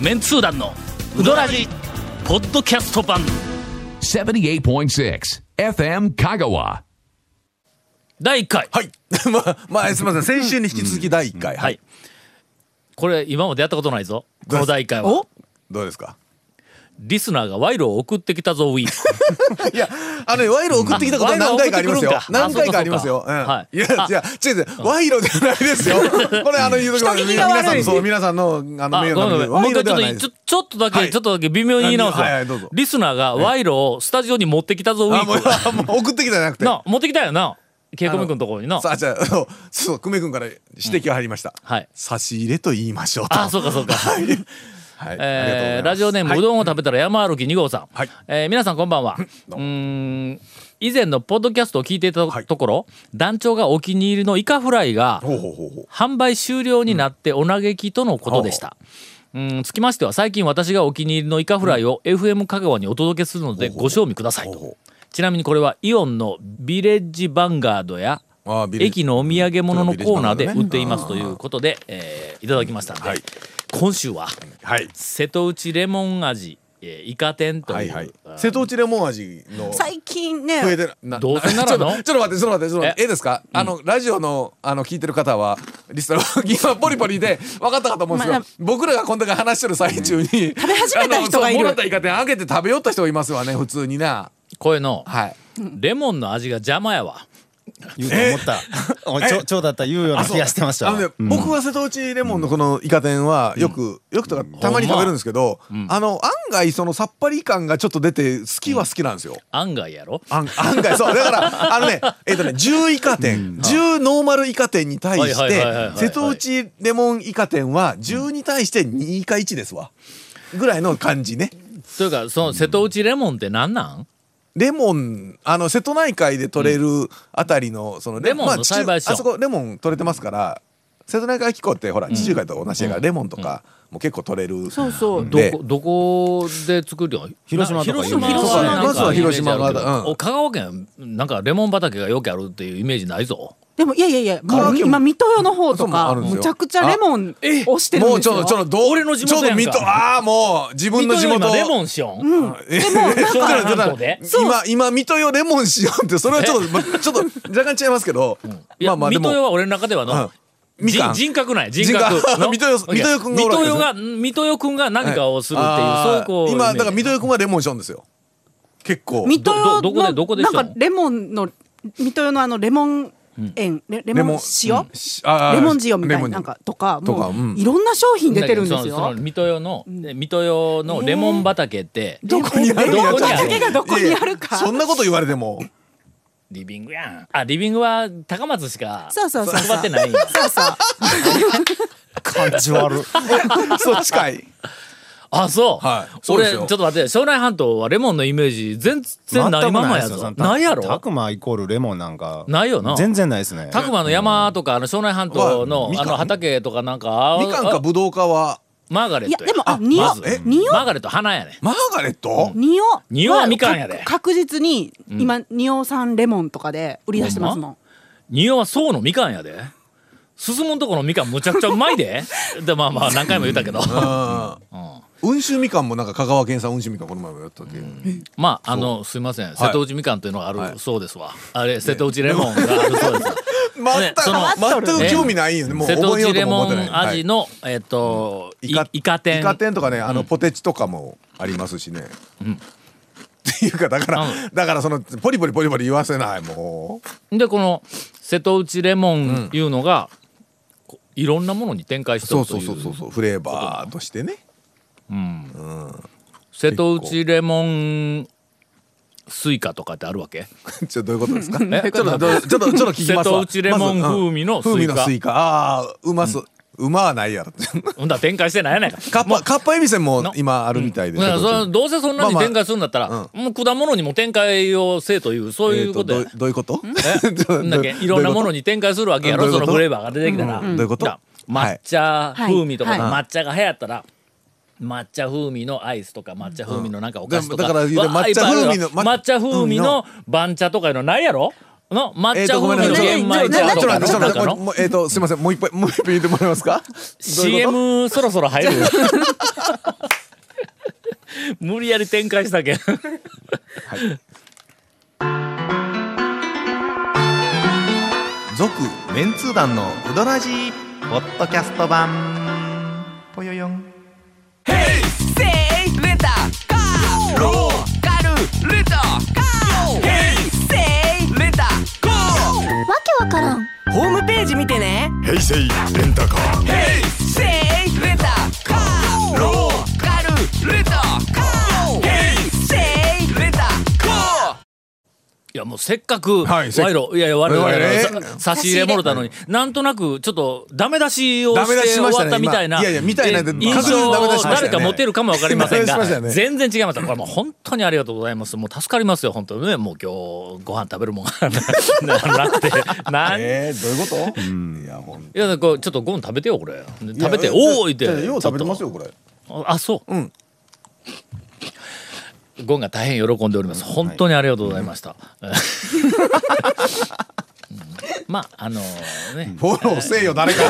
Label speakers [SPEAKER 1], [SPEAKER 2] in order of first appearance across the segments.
[SPEAKER 1] メンツー団のウドラジポッドキャスト版
[SPEAKER 2] 78.6 FM Kagawa.
[SPEAKER 1] 第1回、
[SPEAKER 3] はい。まあ、まあ、すみません。先週に引き続き第一回。
[SPEAKER 1] はい。これ今までやったことないぞこ
[SPEAKER 3] どうです
[SPEAKER 1] の第1回は
[SPEAKER 3] どうですか
[SPEAKER 1] リスナーが賄賂を送ってきたぞウィー ク
[SPEAKER 3] いや、あのね、賄賂送ってきたこと何回かありますよ
[SPEAKER 1] 賄賂送ってくるんか。
[SPEAKER 3] 何回かありますよ。うん。
[SPEAKER 1] あ
[SPEAKER 3] い
[SPEAKER 1] そうかそうか
[SPEAKER 3] や、
[SPEAKER 1] はい
[SPEAKER 3] じゃ違う違う。賄賂じゃないですよ。これ、あの、言うとこ
[SPEAKER 4] 人聞きが悪
[SPEAKER 3] 皆
[SPEAKER 4] い
[SPEAKER 3] さんの、そう、皆さんの、あの、
[SPEAKER 1] あ
[SPEAKER 3] 名
[SPEAKER 1] ごめんごめ
[SPEAKER 3] 誉なんの
[SPEAKER 1] もう
[SPEAKER 3] 賄
[SPEAKER 1] 一回ち
[SPEAKER 3] 賂
[SPEAKER 1] ょ
[SPEAKER 3] では
[SPEAKER 1] っ
[SPEAKER 3] ない
[SPEAKER 1] と
[SPEAKER 3] です
[SPEAKER 1] ちょ。ちょっとだけ、
[SPEAKER 3] はい
[SPEAKER 1] ちょっとだけ微妙に言い直すよ、
[SPEAKER 3] はいはいどうぞ
[SPEAKER 1] リスナーが賄賂をスタジオに持ってきたぞウィ
[SPEAKER 3] あ、もう
[SPEAKER 1] ーク、、
[SPEAKER 3] もう送ってきたじゃなくて。
[SPEAKER 1] な持ってきたよなケイコミ君のところにな
[SPEAKER 3] さあ、じゃあ、あのそう、久米君から指摘が入りました。
[SPEAKER 1] はい
[SPEAKER 3] 差し入れと言いましょうと。
[SPEAKER 1] あそうかそうか
[SPEAKER 3] はい。ありがとうござい
[SPEAKER 1] えー
[SPEAKER 3] ます
[SPEAKER 1] ラジオネーム、
[SPEAKER 3] はいう
[SPEAKER 1] どんを食べたら山歩き2号さん、
[SPEAKER 3] はい
[SPEAKER 1] えー皆さんこんばんはう
[SPEAKER 3] どうも
[SPEAKER 1] ーん以前のポッドキャストを聞いていた
[SPEAKER 3] はい
[SPEAKER 1] ところ、団長がお気に入りのイカフライが
[SPEAKER 3] ほうほうほうほう。
[SPEAKER 1] 販売終了になってお嘆きとのことでした、うん、つきましては最近私がお気に入りのイカフライを FM 香川にお届けするのでご賞味ください
[SPEAKER 3] ほうほ
[SPEAKER 1] とちなみにこれはイオンのビレッジヴァンガードや
[SPEAKER 3] あービレッジ
[SPEAKER 1] 駅のお土産物のコーナーで
[SPEAKER 3] ビレッジヴァンガードね
[SPEAKER 1] 売っていますということで、えーいただきましたので、
[SPEAKER 3] はい
[SPEAKER 1] 今週は
[SPEAKER 3] はい。
[SPEAKER 1] 瀬戸内レモン味、えーイカ天という、
[SPEAKER 3] はいはい
[SPEAKER 1] あ。ー
[SPEAKER 3] 瀬戸内レモン味の。
[SPEAKER 4] 最近
[SPEAKER 3] 増えて
[SPEAKER 4] ね
[SPEAKER 3] るな
[SPEAKER 1] どうせならの
[SPEAKER 3] ちょっとちょっと待ってちょっと待ってちょっと待っ
[SPEAKER 1] え
[SPEAKER 3] てええですか、あのラジオのあの聞いてる方はリスナーは今ポリポリで分かったかと思うんですけど、
[SPEAKER 4] まあ
[SPEAKER 3] 僕らがこんだけ話してる最中に食べ
[SPEAKER 4] 始めた人がいる
[SPEAKER 3] もらったイカ天あげて食べよった人がいますわね普通にな
[SPEAKER 1] こういうの
[SPEAKER 3] はい
[SPEAKER 1] レモンの味が邪魔やわ
[SPEAKER 5] 言うと思った。おいちょ、ちょうだったら言うような気がしてました
[SPEAKER 3] あの、ね
[SPEAKER 5] わ。うん
[SPEAKER 3] 僕は瀬戸内レモンのこのイカ天はよく、よくとかたまに食べるんですけど、あの案外そのさっぱり感がちょっと出て好きは好きなんですよ、
[SPEAKER 1] 案外やろ
[SPEAKER 3] 案案外そうだからあのねえっとね10イカ店10ノーマルイカ店に対し
[SPEAKER 1] はいはいはいはいは
[SPEAKER 3] て
[SPEAKER 1] い
[SPEAKER 3] 瀬戸内レモンイカ店は10に対して2イカ1ですわぐらいの感じね
[SPEAKER 1] というかその瀬戸内レモンってなんなん
[SPEAKER 3] レモンあの瀬戸内海で取れるあたりのその
[SPEAKER 1] レモンの
[SPEAKER 3] まあ
[SPEAKER 1] 栽培所
[SPEAKER 3] 地中あそこレモン取れてますから瀬戸内海気候ってほら地中海と同じやからレモンとかも結構取れる
[SPEAKER 4] そうそう
[SPEAKER 1] ど
[SPEAKER 3] で
[SPEAKER 1] こどこで作るの
[SPEAKER 5] 広島とか
[SPEAKER 1] な広島
[SPEAKER 5] 広島
[SPEAKER 1] なんか
[SPEAKER 3] まずは広島が
[SPEAKER 1] イメージあるけど
[SPEAKER 3] うん
[SPEAKER 1] お香川県なんかレモン畑がよくあるっていうイメージないぞ
[SPEAKER 4] でもいやいやいや
[SPEAKER 3] カラ
[SPEAKER 4] も
[SPEAKER 3] オ
[SPEAKER 4] う
[SPEAKER 3] ケも
[SPEAKER 4] 今水戸の方と
[SPEAKER 3] そうもあ
[SPEAKER 4] か
[SPEAKER 3] るんですよ
[SPEAKER 4] むちゃくちゃレモン押してる
[SPEAKER 3] もう
[SPEAKER 4] んで
[SPEAKER 3] ち
[SPEAKER 4] す
[SPEAKER 3] ょっ
[SPEAKER 4] よ
[SPEAKER 3] とちょっとどう
[SPEAKER 1] 俺の地元
[SPEAKER 3] ちょっと
[SPEAKER 1] やん
[SPEAKER 3] 水
[SPEAKER 1] か
[SPEAKER 3] 戸ああもう自分の地
[SPEAKER 1] 水戸より今
[SPEAKER 3] 元
[SPEAKER 1] レモンしよん、
[SPEAKER 3] え
[SPEAKER 1] もなんか
[SPEAKER 3] ちょっと
[SPEAKER 1] 半
[SPEAKER 3] 待
[SPEAKER 1] 島
[SPEAKER 3] っ
[SPEAKER 1] で
[SPEAKER 3] てちょっと待って今今水戸よレモンしようってそれはちょ っとまちょっと若干違いますけど、
[SPEAKER 1] いや、水戸代は俺の中ではの、
[SPEAKER 3] うんみかん
[SPEAKER 1] 人人格ない人
[SPEAKER 3] 人格
[SPEAKER 1] 格 の
[SPEAKER 3] 水戸代水戸代君がおる
[SPEAKER 1] 水戸代が
[SPEAKER 3] わけですね
[SPEAKER 1] 水戸代君が何かをするっていう、
[SPEAKER 3] あ
[SPEAKER 1] そう
[SPEAKER 3] ー
[SPEAKER 1] いうこう
[SPEAKER 3] 今だから水戸
[SPEAKER 1] 代
[SPEAKER 3] よ君はレモンしようんですよ結構
[SPEAKER 4] 水戸
[SPEAKER 1] どどどこでどこ
[SPEAKER 4] の
[SPEAKER 1] でしょ
[SPEAKER 4] なんかレモンの水戸のあのレモン塩レレモン塩
[SPEAKER 3] しあー
[SPEAKER 4] レモン塩みたい
[SPEAKER 3] レモ
[SPEAKER 4] な
[SPEAKER 3] ン
[SPEAKER 4] なんかとか
[SPEAKER 3] とか
[SPEAKER 4] も
[SPEAKER 3] うん
[SPEAKER 4] ういろんな商品出てるんですよ
[SPEAKER 1] 水戸代の水戸代のレモン畑って、
[SPEAKER 4] どこに
[SPEAKER 3] ある
[SPEAKER 4] レモン
[SPEAKER 1] どこにある
[SPEAKER 4] 畑がどこにある
[SPEAKER 3] いやいやそ
[SPEAKER 4] か
[SPEAKER 3] んなこと言われて も
[SPEAKER 1] リビングやんあリビングは高松しか
[SPEAKER 4] そうそうそうそう
[SPEAKER 1] 配ってないんや
[SPEAKER 4] そうそう
[SPEAKER 5] 感じ悪。
[SPEAKER 3] そっちかい
[SPEAKER 1] あそう,、
[SPEAKER 3] はいそうで
[SPEAKER 1] 俺ち
[SPEAKER 3] すよ
[SPEAKER 1] ょっと待って庄内半島はレモンのイメージ全然ないままやぞないやろ
[SPEAKER 5] タクマイコールレモンなんか。
[SPEAKER 1] ないよな
[SPEAKER 5] 全然ないですね。
[SPEAKER 1] たくまの山とかあの庄内半島の
[SPEAKER 3] はみ
[SPEAKER 1] あ
[SPEAKER 3] かん
[SPEAKER 1] の畑とかなんかあ
[SPEAKER 3] みかんかぶどうかはい
[SPEAKER 1] あマーガレ
[SPEAKER 4] い
[SPEAKER 1] ッ
[SPEAKER 4] や
[SPEAKER 1] トや
[SPEAKER 4] でもあ
[SPEAKER 1] ま
[SPEAKER 4] 匂
[SPEAKER 1] ず
[SPEAKER 3] え
[SPEAKER 4] 匂
[SPEAKER 1] マーガレット花やね
[SPEAKER 3] マーガレット、
[SPEAKER 4] 匂
[SPEAKER 1] 匂はみかんやで
[SPEAKER 4] か確実に今匂さんレモンとかで売り出してますもん
[SPEAKER 1] 匂はそうのみかんやで進むんとこのみかんむちゃくちゃうまいで でまあまあ何回も言ったけど、
[SPEAKER 3] うん州みかんもなんか香川県産温州みかんこの前もやったっけ、
[SPEAKER 1] まああのすいません瀬戸内みかんというのがあ
[SPEAKER 3] はい
[SPEAKER 1] るそうですわ、あれ瀬戸内レモンがあるそうですわね
[SPEAKER 3] 全く
[SPEAKER 1] その
[SPEAKER 3] 全く興味ないよねもう
[SPEAKER 1] 瀬戸
[SPEAKER 3] 覚えよ
[SPEAKER 1] 内
[SPEAKER 3] うと
[SPEAKER 1] レ
[SPEAKER 3] も
[SPEAKER 1] モ
[SPEAKER 3] 思ってない
[SPEAKER 1] ン味の、えっといイカ天
[SPEAKER 3] イカ天とかねあのポテチとかもありますしね、っていうかだから、
[SPEAKER 1] う
[SPEAKER 3] だからそのポリポリポリポリ言わせないもう
[SPEAKER 1] でこの瀬戸内レモンいうのが、こういろんなものに展開して
[SPEAKER 3] そ
[SPEAKER 1] る
[SPEAKER 3] う
[SPEAKER 1] と
[SPEAKER 3] そ
[SPEAKER 1] いう
[SPEAKER 3] うそうそうそうフレーバーとしてね
[SPEAKER 1] 瀬戸内レモンスイカとかってあるわけ
[SPEAKER 3] ちょどういうことですかちょ
[SPEAKER 1] え
[SPEAKER 3] っとどうちょっとちょっと聞きますわ
[SPEAKER 1] 瀬戸内レモン風味のスイカ
[SPEAKER 3] まずうん風味のスイカああうます、うまはないやろ
[SPEAKER 1] ほんだら展開してないやない か
[SPEAKER 3] カッパカッパエビせんも
[SPEAKER 1] の
[SPEAKER 3] 今あるみたいで
[SPEAKER 1] だ
[SPEAKER 3] す
[SPEAKER 1] か
[SPEAKER 3] け
[SPEAKER 1] ら
[SPEAKER 3] ど
[SPEAKER 1] そのどうせそんなに
[SPEAKER 3] まあまあ
[SPEAKER 1] 展開するんだったら、もう果物にも展開をせえというそういうこと
[SPEAKER 3] え
[SPEAKER 1] や、
[SPEAKER 3] ーとどうどういうこと ちょ
[SPEAKER 1] なんだっけいろんなものに展開するわけやろ
[SPEAKER 3] どういう
[SPEAKER 1] そ
[SPEAKER 3] こと
[SPEAKER 1] のフレーバーが出てきたら、
[SPEAKER 3] うんうんどういうこと
[SPEAKER 1] だから抹茶風味とか、
[SPEAKER 4] はいはい
[SPEAKER 1] 抹茶が流行ったら抹茶風味のアイスとか抹茶風味のなんかお菓子とか、
[SPEAKER 3] だからだから
[SPEAKER 1] わあ
[SPEAKER 3] 抹茶風味
[SPEAKER 1] い
[SPEAKER 3] の
[SPEAKER 1] っぱいあるよ抹茶風味の番茶とかいうのないやろの
[SPEAKER 3] え
[SPEAKER 1] 抹
[SPEAKER 3] ー
[SPEAKER 1] 茶
[SPEAKER 3] とごめ
[SPEAKER 1] 風
[SPEAKER 3] んなさ
[SPEAKER 1] 味の
[SPEAKER 3] いちょ
[SPEAKER 1] 玄
[SPEAKER 3] っと
[SPEAKER 1] 米
[SPEAKER 3] ちょっと
[SPEAKER 1] と
[SPEAKER 3] ちょっと待ってちょっ
[SPEAKER 1] なんかの
[SPEAKER 3] と待ってもうもうえっとすいませんもう一杯もう一杯もう一杯言ってもらえますかどういうこ
[SPEAKER 1] CM そろそろ入る 無理やり展開したけん
[SPEAKER 6] 続メンツー団のウドラジーポッドキャスト版ぽよよん
[SPEAKER 7] ホームページ見てね平成レンタカー平成レンタカーローカルレンタカー平成レンタカー
[SPEAKER 1] いやもうせっかく
[SPEAKER 3] は
[SPEAKER 1] 賄
[SPEAKER 3] いせっ
[SPEAKER 1] 賂いやいや悪い
[SPEAKER 3] 我々ね
[SPEAKER 1] あのさ差し入れもろたのになんとなくちょっとダメ出しを
[SPEAKER 3] ダメ出
[SPEAKER 1] して
[SPEAKER 3] しし
[SPEAKER 1] 終
[SPEAKER 3] まし
[SPEAKER 1] わ
[SPEAKER 3] たね
[SPEAKER 1] ったみたいな
[SPEAKER 3] 今いやいやみたいな
[SPEAKER 1] え
[SPEAKER 3] で
[SPEAKER 1] 印
[SPEAKER 3] 確
[SPEAKER 1] 象
[SPEAKER 3] 実にダメ出
[SPEAKER 1] を
[SPEAKER 3] しまし
[SPEAKER 1] 誰
[SPEAKER 3] たよね
[SPEAKER 1] か持てるかもわかりません
[SPEAKER 3] ダメ出しまし
[SPEAKER 1] が
[SPEAKER 3] たよね
[SPEAKER 1] 全然違いましたこれはもう本当にありがとうございますもう助かりますよ本当にねもう今日ご飯食べるもんがなくてなんい
[SPEAKER 3] えーどういうこといやほん
[SPEAKER 1] やこうちょっとご飯食べてよこれ食べて
[SPEAKER 3] いや
[SPEAKER 1] おーいって
[SPEAKER 3] いやよう食べてますよこれ
[SPEAKER 1] あそう。
[SPEAKER 3] うん
[SPEAKER 1] ゴンが大変喜んでおります。本当にありがとうございました。うんまああのね。
[SPEAKER 3] フォローせえよ誰か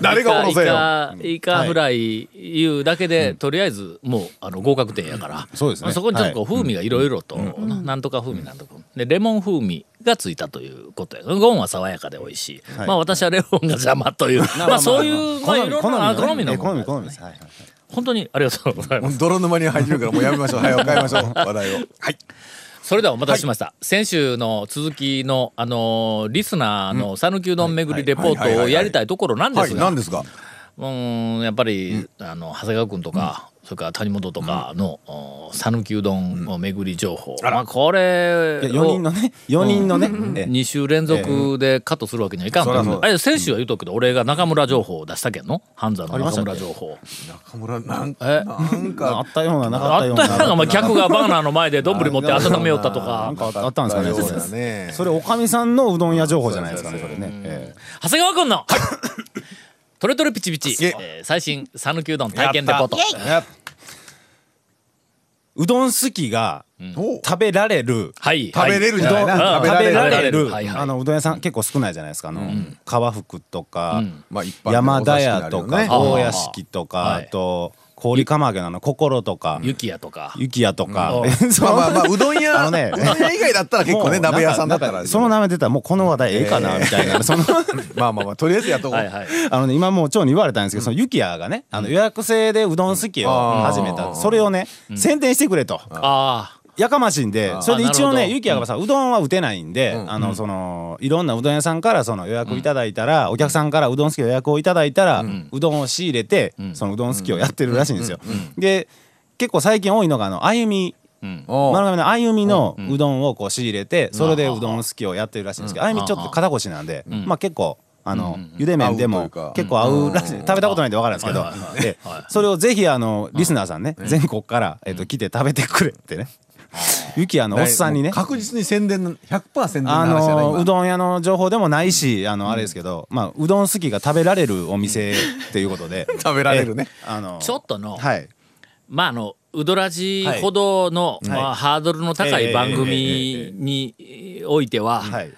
[SPEAKER 3] 誰がフォローせえ
[SPEAKER 1] イ
[SPEAKER 3] よ
[SPEAKER 1] カイカフライいうだけで、とりあえずもうあの合格点やから、
[SPEAKER 5] そうですね
[SPEAKER 1] そこにちょっとこう風味がいろいろと、ななんとか風味なんとか、でレモン風味がついたということやゴンは爽やかで美味しい、
[SPEAKER 5] はい
[SPEAKER 1] まあ私はレモンが邪魔という、まあそういうまあいろいろな好みの
[SPEAKER 5] 好
[SPEAKER 1] 問
[SPEAKER 5] み
[SPEAKER 1] 題
[SPEAKER 5] 好みですはいはい
[SPEAKER 1] 本当にありがとうございます
[SPEAKER 3] もう泥沼に入ってるからもうやめましょうはい変えましょう話題をはい
[SPEAKER 1] それではお待たせしました、先週の続きの、あのーリスナーの讃岐うどん巡りレポ
[SPEAKER 3] はいはい
[SPEAKER 1] ー
[SPEAKER 3] はい
[SPEAKER 1] ト
[SPEAKER 3] は
[SPEAKER 1] を
[SPEAKER 3] い
[SPEAKER 1] やりたいところなんで
[SPEAKER 3] はい
[SPEAKER 1] すが、
[SPEAKER 3] 何ですか
[SPEAKER 1] うーんやっぱり、あの長谷川君とか、それから谷本とかのお讃岐、うどんの巡り情報、まあ、これ
[SPEAKER 5] いや4人のね4人のねええ
[SPEAKER 1] 2週連続でカットするわけにはいかんと、
[SPEAKER 3] そらそう
[SPEAKER 1] あれ先週は言うとくけど俺が中村情報を出したけんの半沢の中村情報
[SPEAKER 3] 中村なんか
[SPEAKER 1] え
[SPEAKER 3] なん
[SPEAKER 5] あ
[SPEAKER 3] か
[SPEAKER 5] ったようななか
[SPEAKER 1] あ
[SPEAKER 5] った
[SPEAKER 1] っ
[SPEAKER 5] よう
[SPEAKER 1] た
[SPEAKER 5] な
[SPEAKER 1] やんかお前客がバーナーの前で丼持って温めよったと
[SPEAKER 5] な
[SPEAKER 1] か
[SPEAKER 5] んかあったんですかね
[SPEAKER 3] よう
[SPEAKER 5] それ
[SPEAKER 3] だね
[SPEAKER 5] それおかみさんのうどん屋情報じゃないですかねそれねええ
[SPEAKER 1] 長谷川君の、 トレトレピチピチ、えー最新讃岐うどん体験レポート
[SPEAKER 5] うどん好きが
[SPEAKER 3] お
[SPEAKER 5] 食べられる
[SPEAKER 1] はい
[SPEAKER 3] 食べれるじゃないな
[SPEAKER 1] は
[SPEAKER 5] 食
[SPEAKER 1] い
[SPEAKER 5] べ
[SPEAKER 1] うん
[SPEAKER 5] ら
[SPEAKER 1] 食
[SPEAKER 5] れ
[SPEAKER 1] べられる
[SPEAKER 5] る
[SPEAKER 1] はいはい
[SPEAKER 5] あのうどん屋さん結構少ないじゃないですかあの川福とか
[SPEAKER 3] まあ一般
[SPEAKER 5] 山田屋とか
[SPEAKER 1] あ
[SPEAKER 5] 大屋敷とか
[SPEAKER 1] は
[SPEAKER 5] あ
[SPEAKER 1] い
[SPEAKER 5] と氷釜揚げのあの心とか
[SPEAKER 1] 雪やとか
[SPEAKER 5] 雪屋とか
[SPEAKER 1] うん
[SPEAKER 5] そ
[SPEAKER 3] まあ
[SPEAKER 5] う
[SPEAKER 3] まあまあうどん屋
[SPEAKER 5] あ のね
[SPEAKER 3] うどん屋以外だったら結構ね
[SPEAKER 5] もう
[SPEAKER 3] 鍋屋さんだった
[SPEAKER 5] な
[SPEAKER 3] ら
[SPEAKER 5] かその名前出たらもうこの話題ええかなみたいなその
[SPEAKER 3] まあまあまあとりあえずやっとこ
[SPEAKER 1] はいうはい
[SPEAKER 5] あのね今もう蝶に言われたんですけどそのゆきやがねあの予約制でうどん好きを始め
[SPEAKER 3] う
[SPEAKER 5] た
[SPEAKER 3] ん
[SPEAKER 5] それをね宣伝してくれと
[SPEAKER 1] あ
[SPEAKER 5] やかましいんでそれで一
[SPEAKER 1] あなる
[SPEAKER 5] 応
[SPEAKER 1] ほ
[SPEAKER 5] ね
[SPEAKER 1] ど
[SPEAKER 5] ゆきやがさうどんは打てないんであのそのいろんなうどん屋さんからその予約をいただいたらお客さんからうどん好きの予約をいただいたらうどんを仕入れてそのうどん好きをやってるらしいんですよ。で結構最近多いのがあの歩み
[SPEAKER 3] おう
[SPEAKER 5] 丸亀のあゆみのうどんをこう仕入れてそれでうどん好きをやってるらしいんですけどあゆみちょっと肩越しなんでまあ結構あのゆで麺で
[SPEAKER 3] 合う
[SPEAKER 5] も
[SPEAKER 3] というか
[SPEAKER 5] 結構合うらしい食べたことないんで分からないですけどでそれをぜひあのリスナーさんね全国からえっと来て食べてくれってねゆきやのおっさんにね
[SPEAKER 3] 確実に宣伝の100%宣伝の
[SPEAKER 5] あ
[SPEAKER 3] 話じゃない
[SPEAKER 5] の
[SPEAKER 3] 今
[SPEAKER 5] うどん屋の情報でもないしあのあれですけどまあうどん好きが食べられるお店っていうことで
[SPEAKER 3] 食べられるね
[SPEAKER 5] えあの
[SPEAKER 1] あちょっとの、
[SPEAKER 5] はい
[SPEAKER 1] まああのウドラジほどの、まあ、ハードルの高い番組においては、
[SPEAKER 5] は
[SPEAKER 1] う
[SPEAKER 5] い
[SPEAKER 1] ん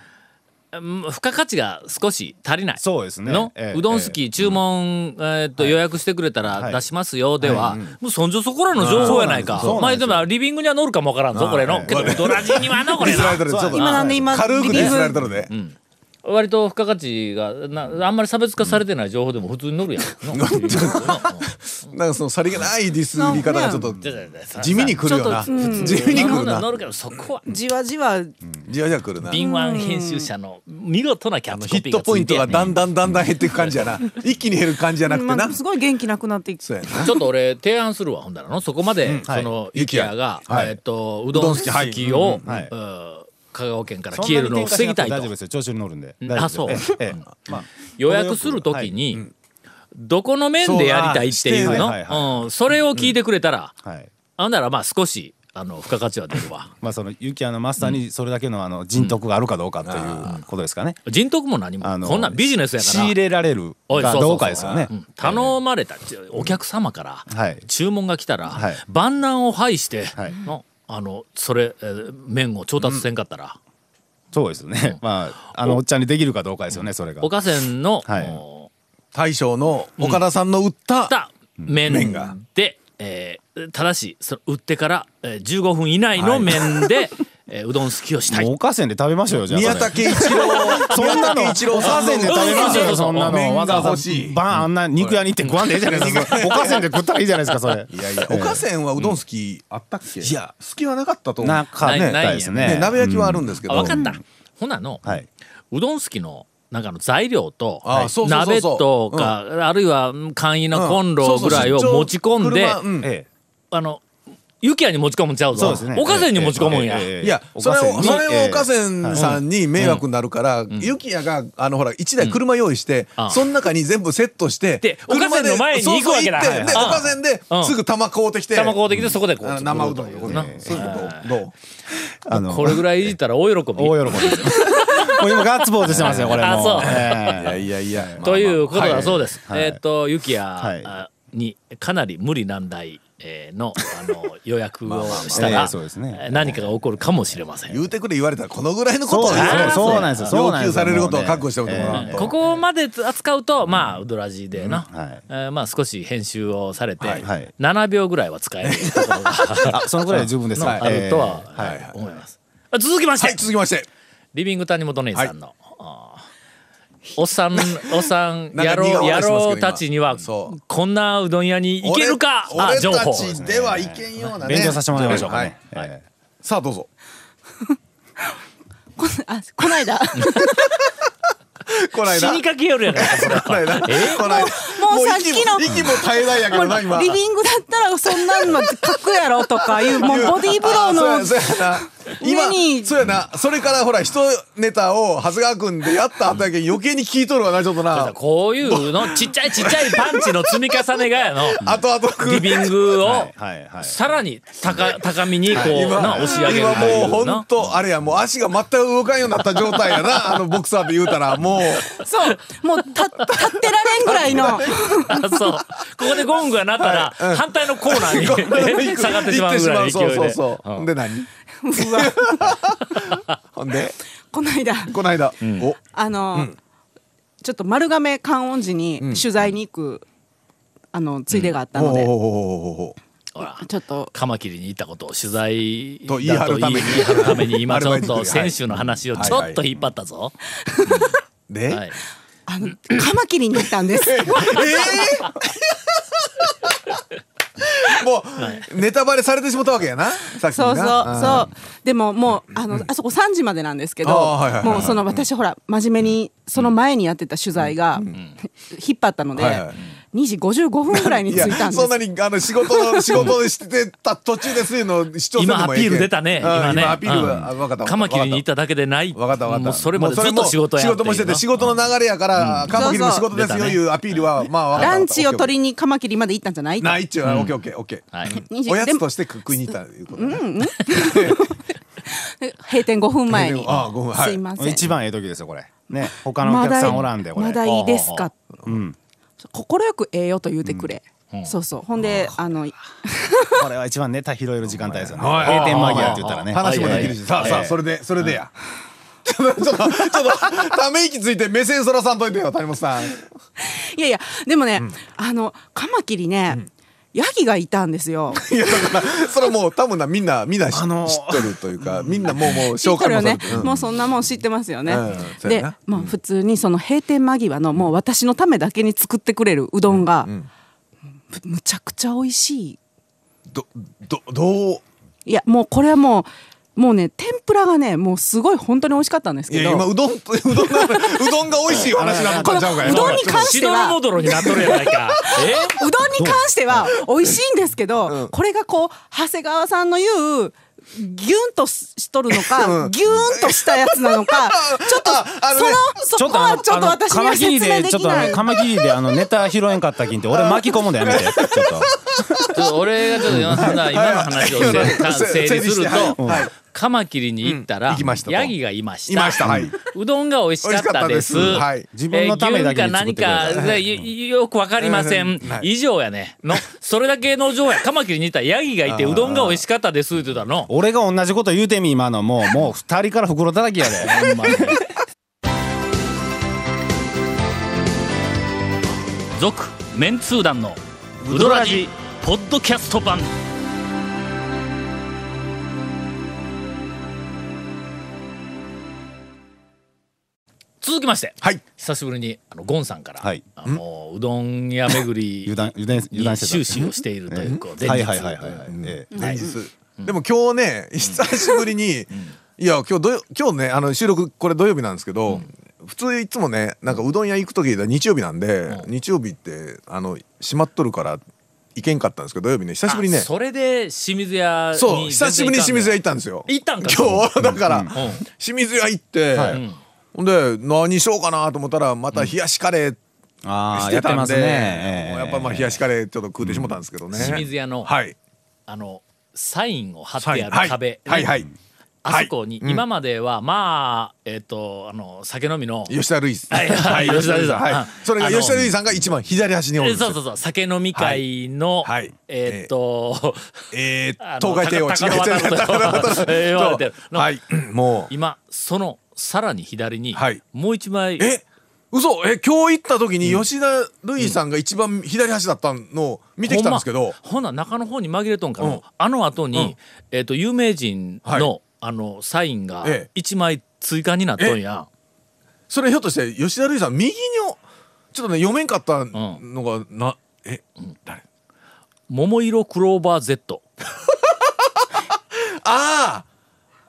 [SPEAKER 1] 付加価値が少し足りない
[SPEAKER 5] そうですね
[SPEAKER 1] の、
[SPEAKER 5] ええ
[SPEAKER 1] うどん好き注文、えーっと予約してくれたら
[SPEAKER 5] はい
[SPEAKER 1] 出しますよでは、もうそんじょそこらの情報やないか
[SPEAKER 5] そうなん
[SPEAKER 1] まあ
[SPEAKER 5] です
[SPEAKER 1] で
[SPEAKER 5] よ
[SPEAKER 1] もリビングには乗るかもわからんぞこれのけどドラジにはなこ
[SPEAKER 3] ディ
[SPEAKER 1] れ
[SPEAKER 3] スら
[SPEAKER 1] な
[SPEAKER 3] れてるちょっと
[SPEAKER 4] 今なんで今
[SPEAKER 3] 軽く
[SPEAKER 4] リ
[SPEAKER 3] デ
[SPEAKER 4] リ
[SPEAKER 3] ィ
[SPEAKER 4] ー
[SPEAKER 3] スられ
[SPEAKER 4] フ
[SPEAKER 3] てるで
[SPEAKER 1] 割と付加価値がなあんまり差別化されてない情報でも普通に乗るやんの
[SPEAKER 3] なんかそのさりげないディスり方がちょっと
[SPEAKER 1] じゃじゃじゃさ
[SPEAKER 3] 地味に来るよな
[SPEAKER 4] ち
[SPEAKER 3] 地
[SPEAKER 4] ょっとうん
[SPEAKER 3] 味に来
[SPEAKER 1] 乗る
[SPEAKER 3] る
[SPEAKER 1] のは
[SPEAKER 3] な
[SPEAKER 1] 乗るけどそこは
[SPEAKER 4] じわじわ
[SPEAKER 3] じわじわ来るなヒ
[SPEAKER 1] 敏腕編集者の見事なキャッチコピ
[SPEAKER 3] ッ
[SPEAKER 1] ーが
[SPEAKER 3] ト
[SPEAKER 1] つ
[SPEAKER 3] ポイ
[SPEAKER 1] い
[SPEAKER 3] ント
[SPEAKER 1] てや
[SPEAKER 3] が
[SPEAKER 1] ね
[SPEAKER 3] だんだんだんだん減っていく感じやな一気に減る感じじゃなくて
[SPEAKER 4] ま
[SPEAKER 3] な
[SPEAKER 4] あすごい元気なくなっていく
[SPEAKER 3] そうやな
[SPEAKER 1] ちょっと俺提案するわほんだらのそこまで、そのゆきやが、
[SPEAKER 3] はい
[SPEAKER 1] えっとうどん好
[SPEAKER 3] うどん好きはい
[SPEAKER 1] きを、
[SPEAKER 5] んはい
[SPEAKER 1] うん香川県から消えるのを防ぎたい
[SPEAKER 5] そんなに転換しなくて大丈夫
[SPEAKER 1] と
[SPEAKER 5] ですよ調子に乗るんで
[SPEAKER 1] ん
[SPEAKER 5] 大丈夫
[SPEAKER 1] あそう
[SPEAKER 5] ええええまあ
[SPEAKER 1] 予約するときに、どこの面でやりたいっていう
[SPEAKER 5] そう
[SPEAKER 1] の
[SPEAKER 5] あー指定は
[SPEAKER 1] うん、それを聞いてくれたら、
[SPEAKER 5] はい
[SPEAKER 1] あんならまあ少しあの付加価値は出るわ
[SPEAKER 5] まあそのユキアのマスターにそれだけのあの人徳があるかどうかということですかね。
[SPEAKER 1] 人徳も何も
[SPEAKER 5] あの
[SPEAKER 1] こんなんビジネスやから
[SPEAKER 5] 仕入れられる
[SPEAKER 1] おい
[SPEAKER 5] か
[SPEAKER 1] そうそう
[SPEAKER 5] ど
[SPEAKER 1] そう
[SPEAKER 5] うかですよね
[SPEAKER 1] う。ん頼まれたちお客様から
[SPEAKER 5] はい
[SPEAKER 1] 注文が来たら、
[SPEAKER 5] はい
[SPEAKER 1] 万難を排して
[SPEAKER 5] はい
[SPEAKER 1] の、あのそれ、えー麺を調達せんかったら、
[SPEAKER 5] そうですね。まあ、あのおっちゃんにできるかどうかですよね、それが。
[SPEAKER 1] 岡線の、
[SPEAKER 5] はい
[SPEAKER 1] お
[SPEAKER 3] 大将の岡田さんの売った、
[SPEAKER 1] った麺で、
[SPEAKER 3] 麺が
[SPEAKER 1] えーただしその売ってから、えー15分以内の麺で、えーうどんすきをしたい
[SPEAKER 5] もうおかせんで食べましょうよ、じゃあ。
[SPEAKER 3] 宮
[SPEAKER 5] それ
[SPEAKER 3] 武一郎
[SPEAKER 5] そん
[SPEAKER 3] 宮
[SPEAKER 5] なの、
[SPEAKER 3] 武一郎
[SPEAKER 5] お
[SPEAKER 3] さ
[SPEAKER 5] か
[SPEAKER 3] ん
[SPEAKER 5] せんで食べまし
[SPEAKER 1] そうそ
[SPEAKER 5] ょう
[SPEAKER 1] うそう
[SPEAKER 5] よ、そんな
[SPEAKER 3] 麺
[SPEAKER 5] の。
[SPEAKER 3] が
[SPEAKER 5] わざわ
[SPEAKER 3] 欲しい
[SPEAKER 5] ざ、バン、あんな肉屋に行って食わんでええじゃないです か。おかせんで食ったらいいじゃないですか、それ。いやいや
[SPEAKER 3] 岡線はうどん好き、あったっけいや好きはなかったと思う
[SPEAKER 5] なかね、
[SPEAKER 1] ない
[SPEAKER 5] ないですね。
[SPEAKER 3] ね、鍋焼きはあるんですけど、
[SPEAKER 1] あ分かった、ほなの、
[SPEAKER 5] はい。
[SPEAKER 1] うどんすきのなんかの材料と
[SPEAKER 3] あーそうそうそう
[SPEAKER 1] 鍋
[SPEAKER 3] そう
[SPEAKER 1] とか、あるいはうん簡易なコンロぐらいを持ち込んで、
[SPEAKER 3] 車うん
[SPEAKER 5] え
[SPEAKER 1] あの雪屋に持ち込むんちゃう
[SPEAKER 5] そう
[SPEAKER 1] ぞ
[SPEAKER 5] ですね
[SPEAKER 1] おかせに持ち込むんや、
[SPEAKER 5] ええええええ
[SPEAKER 3] いや
[SPEAKER 5] お
[SPEAKER 3] そ
[SPEAKER 5] か
[SPEAKER 3] れ
[SPEAKER 5] せん
[SPEAKER 3] を
[SPEAKER 5] に
[SPEAKER 3] それを岡
[SPEAKER 5] え
[SPEAKER 3] 線さんに迷惑になるから、ゆきやがあのほら一台車用意して、
[SPEAKER 1] あ
[SPEAKER 3] その中に全部セットして、
[SPEAKER 1] で
[SPEAKER 3] 車
[SPEAKER 1] 岡線の前に行くわけだ
[SPEAKER 3] そうそう行ってで
[SPEAKER 1] あ
[SPEAKER 3] 岡線で
[SPEAKER 1] うん
[SPEAKER 3] すぐ玉買うてきて、
[SPEAKER 1] 卵をできてそこでこう
[SPEAKER 3] あの生うどんを
[SPEAKER 1] な
[SPEAKER 3] ねそういうことどう
[SPEAKER 5] あの
[SPEAKER 1] これぐらいいじったら大喜び
[SPEAKER 5] 大喜びです。もう今ガッツポーズしてますよ、これも。
[SPEAKER 1] あそう
[SPEAKER 5] ええ
[SPEAKER 3] いやいや
[SPEAKER 1] ということだそうです。
[SPEAKER 5] はい
[SPEAKER 1] えーっと、ゆき
[SPEAKER 5] はい
[SPEAKER 1] やにかなり無理難題えーのあの予約をしたら
[SPEAKER 5] まあまあまあええそうですね
[SPEAKER 1] えー何かが起こるかもしれません。
[SPEAKER 3] 言うてくれ言われたらこのぐらいのことを
[SPEAKER 5] そうですそうそうなんですよそうなん
[SPEAKER 3] 要求
[SPEAKER 5] ですよ
[SPEAKER 3] されることを覚悟しておいてもらう
[SPEAKER 5] え
[SPEAKER 3] と、
[SPEAKER 1] ここまで扱うと、まあ、ウドラジでな、
[SPEAKER 5] はい
[SPEAKER 1] えーまあ、少し編集をされて、
[SPEAKER 5] いはい
[SPEAKER 1] 7秒ぐらいは使えるところが
[SPEAKER 5] あ、そのぐらいで十分ですよ。
[SPEAKER 1] のあるとは、
[SPEAKER 5] ええ
[SPEAKER 1] えー思います。 続きまして、
[SPEAKER 3] はい続きまして
[SPEAKER 1] リビング谷本姉さんの、あーおっさん、おっさん、
[SPEAKER 3] なん
[SPEAKER 1] 野
[SPEAKER 3] か
[SPEAKER 1] 郎
[SPEAKER 3] 苦笑いして
[SPEAKER 1] 野
[SPEAKER 3] ますけど今
[SPEAKER 1] 郎たちには
[SPEAKER 3] そ、
[SPEAKER 1] こんなうどん屋に行けるか、あ
[SPEAKER 3] 俺
[SPEAKER 1] 情
[SPEAKER 3] 俺
[SPEAKER 1] 報
[SPEAKER 3] た。ちではいけんようなね
[SPEAKER 5] 勉強させてもらいましょうか
[SPEAKER 3] は
[SPEAKER 5] ね。ええ
[SPEAKER 3] さあどうぞ
[SPEAKER 4] こ あこないだ
[SPEAKER 3] こない
[SPEAKER 1] 死
[SPEAKER 3] だ
[SPEAKER 1] にかけよるやないか、それは
[SPEAKER 3] こないだこないだ
[SPEAKER 4] もうもうさっ
[SPEAKER 3] 息
[SPEAKER 4] きの
[SPEAKER 3] も息も絶えないやからな今
[SPEAKER 4] リビングだったらそんな んの書くやろとかいうもうボディーブロー
[SPEAKER 3] あ
[SPEAKER 4] の
[SPEAKER 3] ーそうやそうやな今
[SPEAKER 4] 上に
[SPEAKER 3] そうやなそれからほら一ネタを長谷川君でやった後やけん余計に聞いとるわなちょっとな
[SPEAKER 1] こういうの、ちっちゃいちっちゃいパンチの積み重ねがやの、
[SPEAKER 3] 後々来
[SPEAKER 1] リ
[SPEAKER 3] る
[SPEAKER 1] ビングを、
[SPEAKER 5] はいはい。
[SPEAKER 1] さらに高高みにこう、な押し上げる
[SPEAKER 3] 今
[SPEAKER 1] という
[SPEAKER 3] もう
[SPEAKER 1] な
[SPEAKER 3] 本当あれやもう足が全く動かんようになった状態やなあのボクサーで言うたらもう
[SPEAKER 4] そうもうた立ってられんぐら いの
[SPEAKER 1] あそうここでゴングが鳴ったら、反対のコーナーに下がってしまうぐらいの勢いで
[SPEAKER 3] 行ってしまうそうそうそう
[SPEAKER 1] う
[SPEAKER 3] ほ
[SPEAKER 1] ん
[SPEAKER 3] んで何ほんで
[SPEAKER 4] こないだ
[SPEAKER 3] この間お
[SPEAKER 4] あの、ちょっと丸亀観音寺に取材に行く、あのついでがあったので、
[SPEAKER 3] おー
[SPEAKER 1] ほら
[SPEAKER 4] ちょっと
[SPEAKER 1] カマキリに行ったことを取材
[SPEAKER 3] と言い張るために
[SPEAKER 1] だと言い張るために今ちょっと選手の話を
[SPEAKER 3] はい
[SPEAKER 1] ちょっと引っ張ったぞ。
[SPEAKER 3] で
[SPEAKER 1] はい
[SPEAKER 4] あのカマキリに行った んです。
[SPEAKER 3] もうネタバレされてしまったわけやなさっき
[SPEAKER 4] そうそう
[SPEAKER 3] な
[SPEAKER 4] そうでももうあのあそこ3時までなんですけど、
[SPEAKER 3] あーはいはいはいはい
[SPEAKER 4] もうその私ほら真面目にその前にやってた取材が、引っ張ったので、
[SPEAKER 3] はいはい
[SPEAKER 4] 2時55分ぐらいに
[SPEAKER 3] い
[SPEAKER 4] 着いた
[SPEAKER 3] や
[SPEAKER 4] ん
[SPEAKER 3] そん
[SPEAKER 4] で
[SPEAKER 3] な
[SPEAKER 4] す。
[SPEAKER 3] にあの仕事を仕事をしてた途中ですいうの視聴者
[SPEAKER 1] 今アピール出たね。今ね。
[SPEAKER 3] アピールが、あ
[SPEAKER 1] うん
[SPEAKER 3] わかったわかった
[SPEAKER 1] カマキリに行っただけでない。
[SPEAKER 3] わかったわかった
[SPEAKER 1] もうそれまでずっと仕事や
[SPEAKER 3] 仕事もしてて仕事の流れやから、カマキリの仕事です
[SPEAKER 1] そう
[SPEAKER 3] よ
[SPEAKER 1] そう
[SPEAKER 3] いうアピールはまあわかった
[SPEAKER 4] ランチを取りにカマキリまで行ったんじゃない
[SPEAKER 3] ないっちゅうのはオッケーオッケーオッケー
[SPEAKER 1] はい。
[SPEAKER 4] 二時
[SPEAKER 3] おや
[SPEAKER 4] で
[SPEAKER 3] つ
[SPEAKER 4] も
[SPEAKER 3] として食いに行ったということね
[SPEAKER 4] 閉店5分前に
[SPEAKER 3] あー5分はい
[SPEAKER 4] すいません
[SPEAKER 5] 一番ええ時ですよ、これ。ね、他のお客さんおらんで、これ。
[SPEAKER 4] まだいいですか
[SPEAKER 5] うん。
[SPEAKER 4] 快くええよと言うてくれ、そうそうほんであの
[SPEAKER 5] これは一番ネタ拾える時間帯ですよね。閉店間際って言ったらね。
[SPEAKER 3] 話もできる
[SPEAKER 5] は
[SPEAKER 3] し
[SPEAKER 5] い
[SPEAKER 3] さあさあそれでそれでや ちょっとちょっとちょっとため息ついて目線そらさんといてよ谷本さん
[SPEAKER 4] いやいやでもね、あのカマキリね、ヤギがいたんですよ。
[SPEAKER 3] いやだからそれはもう多分なみんなみんな知知
[SPEAKER 5] あのー
[SPEAKER 3] っとるというかみんなもうもう 紹
[SPEAKER 4] 知っ
[SPEAKER 3] 介
[SPEAKER 4] てる
[SPEAKER 3] も
[SPEAKER 4] よ
[SPEAKER 3] され
[SPEAKER 4] ね
[SPEAKER 3] てる、
[SPEAKER 4] もうそんなもん知ってますよね。
[SPEAKER 3] うんそうや
[SPEAKER 4] で
[SPEAKER 3] な、
[SPEAKER 4] まあ、普通にその閉店間際のもう私のためだけに作ってくれるうどんが、むむちゃくちゃ美味しい。
[SPEAKER 3] どどどう
[SPEAKER 4] いやもうこれはもうもうね天ぷらがねもうすごい本当に美味しかったんです
[SPEAKER 3] い
[SPEAKER 4] け
[SPEAKER 3] や
[SPEAKER 4] ど
[SPEAKER 3] 今うどんうどんのうどんが美味しいお話になったんちゃうか
[SPEAKER 4] うどんに関し
[SPEAKER 1] してどろ
[SPEAKER 4] は
[SPEAKER 1] も
[SPEAKER 4] う
[SPEAKER 1] どろになっとるやない か。
[SPEAKER 4] どんに関しては美味しいんですけど、これがこう長谷川さんの言うギュンとしとるのか、ギュンとしたやつなのかちょっ と
[SPEAKER 3] あのね
[SPEAKER 4] そのそこはちょっと私には説明で
[SPEAKER 5] ちょっ
[SPEAKER 4] き
[SPEAKER 5] と
[SPEAKER 4] な
[SPEAKER 5] あ
[SPEAKER 4] い
[SPEAKER 5] のカマキリであのネタ拾えんかったきんって俺巻き込むのやめ てちょっと
[SPEAKER 1] えちょっと俺がちょっと今の話を整理
[SPEAKER 3] はい
[SPEAKER 1] 整理する
[SPEAKER 3] 整理しては
[SPEAKER 1] と
[SPEAKER 3] いはい、
[SPEAKER 1] カマキリに行った
[SPEAKER 3] うん
[SPEAKER 1] ら、
[SPEAKER 3] 行きましたと
[SPEAKER 1] ヤギがいました
[SPEAKER 3] いましたはいう
[SPEAKER 1] どんが美味しかったです
[SPEAKER 3] 美味しかったですはい
[SPEAKER 5] 自分のためだけ
[SPEAKER 1] えー
[SPEAKER 5] に作
[SPEAKER 1] 牛か
[SPEAKER 5] ってくれた
[SPEAKER 1] 何かねよよくわかりません、以上やねのそれだけの情やカマキリにいたらヤギがいてうどんが美味しかったですって言ったの
[SPEAKER 5] 俺が同じこと言うてみ今のもうもう二人から袋叩きやでほんまに
[SPEAKER 1] 続メンツー団のウドラジポッドキャスト版続きまして、
[SPEAKER 3] はい
[SPEAKER 1] 久しぶりにあのゴンさんから、
[SPEAKER 5] はい
[SPEAKER 1] あのうどん屋巡り
[SPEAKER 5] 油断油断油
[SPEAKER 1] に
[SPEAKER 5] 断してた
[SPEAKER 1] 終始をしているというこう
[SPEAKER 5] ええ
[SPEAKER 1] 前
[SPEAKER 5] はい
[SPEAKER 1] 日
[SPEAKER 5] はいはいはいはいええ
[SPEAKER 3] 前日でも今日ね久しぶりにいや今日土曜今日ねあの収録これ土曜日なんですけど普通いつもねなんかうどん屋行く時は日曜日なんで日曜日ってあの閉まっとるから行けんかったんですけど土曜日ね久しぶり
[SPEAKER 1] あ
[SPEAKER 3] ね
[SPEAKER 1] それで清水屋に
[SPEAKER 3] そう久しぶりに清水屋
[SPEAKER 1] 行
[SPEAKER 3] 行ったんですよ
[SPEAKER 1] 行ったんか
[SPEAKER 3] 今 日だから
[SPEAKER 1] ん
[SPEAKER 3] 清水屋行って
[SPEAKER 5] はい
[SPEAKER 3] ほんで何しようかなと思ったらまた冷やしカレー
[SPEAKER 5] あ
[SPEAKER 3] し
[SPEAKER 5] あや
[SPEAKER 3] て
[SPEAKER 5] って
[SPEAKER 3] た
[SPEAKER 5] ま
[SPEAKER 3] ん
[SPEAKER 5] す
[SPEAKER 3] で
[SPEAKER 5] ねえ
[SPEAKER 3] も
[SPEAKER 5] え
[SPEAKER 3] うやっぱまあ冷やしカレーちょっと食うてしもたんですけどね
[SPEAKER 1] 清水屋の,、
[SPEAKER 3] はい
[SPEAKER 1] あのサインを貼って
[SPEAKER 3] はい
[SPEAKER 1] ある壁、
[SPEAKER 3] はいはい
[SPEAKER 1] あそこに、今まではまあえっ、とあの酒飲みの
[SPEAKER 3] 吉田類さん。
[SPEAKER 1] はいはい吉田類さん
[SPEAKER 3] は
[SPEAKER 1] あ
[SPEAKER 3] い。それが
[SPEAKER 1] あの
[SPEAKER 3] 吉田類さんが一番左端におるん
[SPEAKER 1] え
[SPEAKER 3] ですよ。
[SPEAKER 1] そうそうそう酒飲み会の、
[SPEAKER 3] はいはい
[SPEAKER 1] えーっと、
[SPEAKER 3] えー
[SPEAKER 1] あの
[SPEAKER 3] 東海帝王違
[SPEAKER 1] 高田
[SPEAKER 3] う違う違う
[SPEAKER 1] 高田 渡
[SPEAKER 3] 高
[SPEAKER 1] と言われてる
[SPEAKER 3] 田はい。もう
[SPEAKER 1] 今そのさらに左に、
[SPEAKER 3] はい
[SPEAKER 1] もう一枚
[SPEAKER 3] え嘘え今日行った時に吉田類さんが一番左端だったのを見てきたんですけど、
[SPEAKER 1] ほんまほな中の方に紛れとんかの、
[SPEAKER 3] うん
[SPEAKER 1] あの後に、えーっと有名人の、
[SPEAKER 3] はい
[SPEAKER 1] あのサインが
[SPEAKER 3] ええ
[SPEAKER 1] 一枚追加になっとんや。
[SPEAKER 3] それひょっとして吉田類さん右におちょっとね読めんかったのがなえ誰
[SPEAKER 1] 桃色クローバー Z
[SPEAKER 3] あ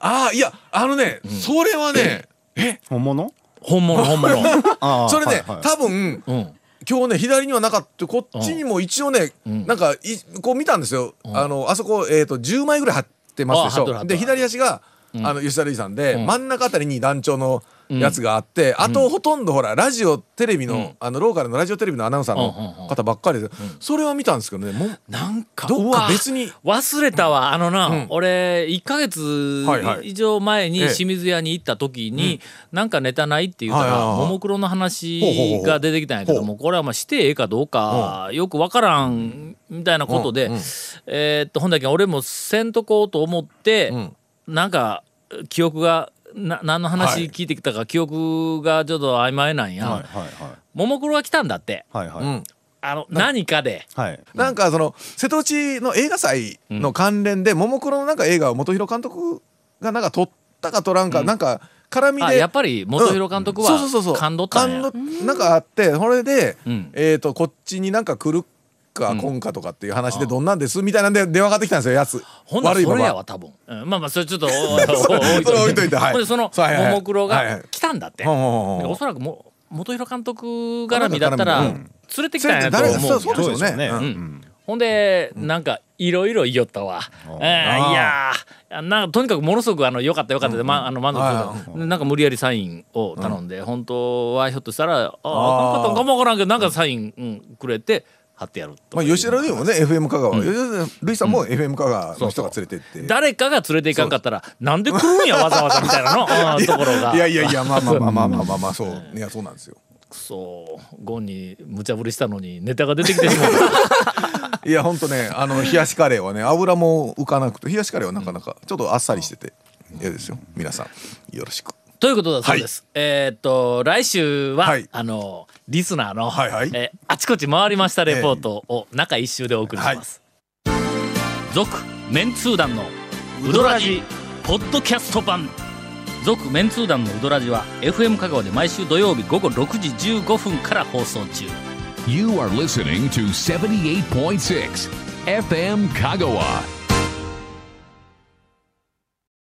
[SPEAKER 3] あああいやあのねそれはねえ
[SPEAKER 5] 本物
[SPEAKER 1] 本物本物
[SPEAKER 5] ああ
[SPEAKER 3] それね
[SPEAKER 5] はいはい
[SPEAKER 3] 多分
[SPEAKER 1] うん
[SPEAKER 3] 今日ね左にはなかったこっちにも一応ね、
[SPEAKER 1] ん
[SPEAKER 3] なんかいこう見たんですよ、あのあそこ、えー、と10枚ぐらい貼ってますで
[SPEAKER 1] あ
[SPEAKER 3] し
[SPEAKER 1] 貼っとる貼
[SPEAKER 3] ょ
[SPEAKER 1] っと
[SPEAKER 3] で
[SPEAKER 1] る
[SPEAKER 3] 左足が、あの吉田類さんで、真ん中あたりに団長のやつがあって、あとほとんどほらラジオテレビの,、あのローカルのラジオテレビのアナウンサー
[SPEAKER 1] うんうんう
[SPEAKER 3] の
[SPEAKER 1] ん
[SPEAKER 3] 方ばっかりで、それは見たんですけどねもう
[SPEAKER 1] なんか
[SPEAKER 3] ど
[SPEAKER 1] う
[SPEAKER 3] っ
[SPEAKER 1] わ
[SPEAKER 3] か別に
[SPEAKER 1] 忘れたわあのな、
[SPEAKER 3] うん
[SPEAKER 1] 俺1ヶ月
[SPEAKER 3] はいはい
[SPEAKER 1] 以上前に
[SPEAKER 3] ええ
[SPEAKER 1] 清水屋に行った時に、なんかネタないって言った
[SPEAKER 3] はいはい
[SPEAKER 1] ら
[SPEAKER 3] はい
[SPEAKER 1] ももクロの話が出てきたんやけどもこれはまあしてええかどうかよくわからんみたいなことで、
[SPEAKER 3] うんうん
[SPEAKER 1] えーっとほんだけ俺もせんとこうと思って、
[SPEAKER 3] うん
[SPEAKER 1] なんか記憶がな何の話
[SPEAKER 3] はい
[SPEAKER 1] 聞いてきたか、記憶がちょっと曖昧なんや。
[SPEAKER 5] はい
[SPEAKER 1] ももクロが来たんだって
[SPEAKER 5] はいはいはい
[SPEAKER 3] うん
[SPEAKER 1] あの何かで。
[SPEAKER 5] はい
[SPEAKER 3] なんかその瀬戸内の映画祭の関連で、ももクロのなんか映画を元広監督がなんか撮ったか撮らんか、なんか絡み
[SPEAKER 1] あ
[SPEAKER 3] で
[SPEAKER 1] やっぱり元広監督は
[SPEAKER 3] そうそうそうそう
[SPEAKER 1] 感動ったんや
[SPEAKER 3] 感動なんかあってそれで、
[SPEAKER 1] うん
[SPEAKER 3] えー、とこっちになんか来るか来んかとかっていう話でどんなんですみたいなんで電話がかかってきたんですよやつ
[SPEAKER 1] ほんなら
[SPEAKER 3] 悪い
[SPEAKER 1] そ
[SPEAKER 3] ま
[SPEAKER 1] れや
[SPEAKER 3] ま
[SPEAKER 1] わ多分、うんまあまあそれちょっとおお置い
[SPEAKER 3] それ置いといてはい
[SPEAKER 1] ほんでその
[SPEAKER 3] そうはいはいはい
[SPEAKER 1] ももクロ
[SPEAKER 3] はいは
[SPEAKER 1] が
[SPEAKER 3] い
[SPEAKER 1] 来たんだって、
[SPEAKER 3] ほんほんほんほん
[SPEAKER 1] でおそらくも元広監督絡みだったら
[SPEAKER 3] う
[SPEAKER 1] 連
[SPEAKER 3] ん
[SPEAKER 1] れてきたんやと
[SPEAKER 3] 誰が
[SPEAKER 1] 思う
[SPEAKER 3] そう
[SPEAKER 1] う
[SPEAKER 3] で
[SPEAKER 1] ん
[SPEAKER 3] し
[SPEAKER 1] や
[SPEAKER 3] ょうね
[SPEAKER 5] そうでしょう
[SPEAKER 1] う
[SPEAKER 5] ね
[SPEAKER 1] んほんでなんかいろいろ言いよったわ、えーいやーなんかとにかくものすごくあのよかったよかったで、まあの満足した、なんか無理やりサインを頼んで、本当はひょっとしたらああかんかったんかもわからんけどなんかサイン、うんくれて貼ってやると
[SPEAKER 3] まあ、吉田類もね FM 香川、吉田類さんも FM 香川の人が連れてって、
[SPEAKER 1] 誰かが連れていかんかったらなんで来るん やわざわざみたいなのうんところが
[SPEAKER 3] いやいやいやまあまあまあまあまあまあまあそういやそうなんですよ
[SPEAKER 1] そうゴンに無茶ぶりしたのにネタが出てきてしまった
[SPEAKER 3] いやほんとねあの冷やしカレーはね油も浮かなくて冷やしカレーはなかなかちょっとあっさりしてて嫌ですよ皆さんよろしく
[SPEAKER 1] ということだそうです。えーっと来週は、
[SPEAKER 3] はい
[SPEAKER 1] あのリスナーの、
[SPEAKER 3] はいはい
[SPEAKER 1] えーあちこち回りましたレポートを中一週でお送りします。続、メンツー団のウドラジポッドキャスト版。続メンツー団のウドラジは FM 香川で毎週土曜日午後6時15分から放送中。
[SPEAKER 2] You are listening to 78.6 FM Kagawa.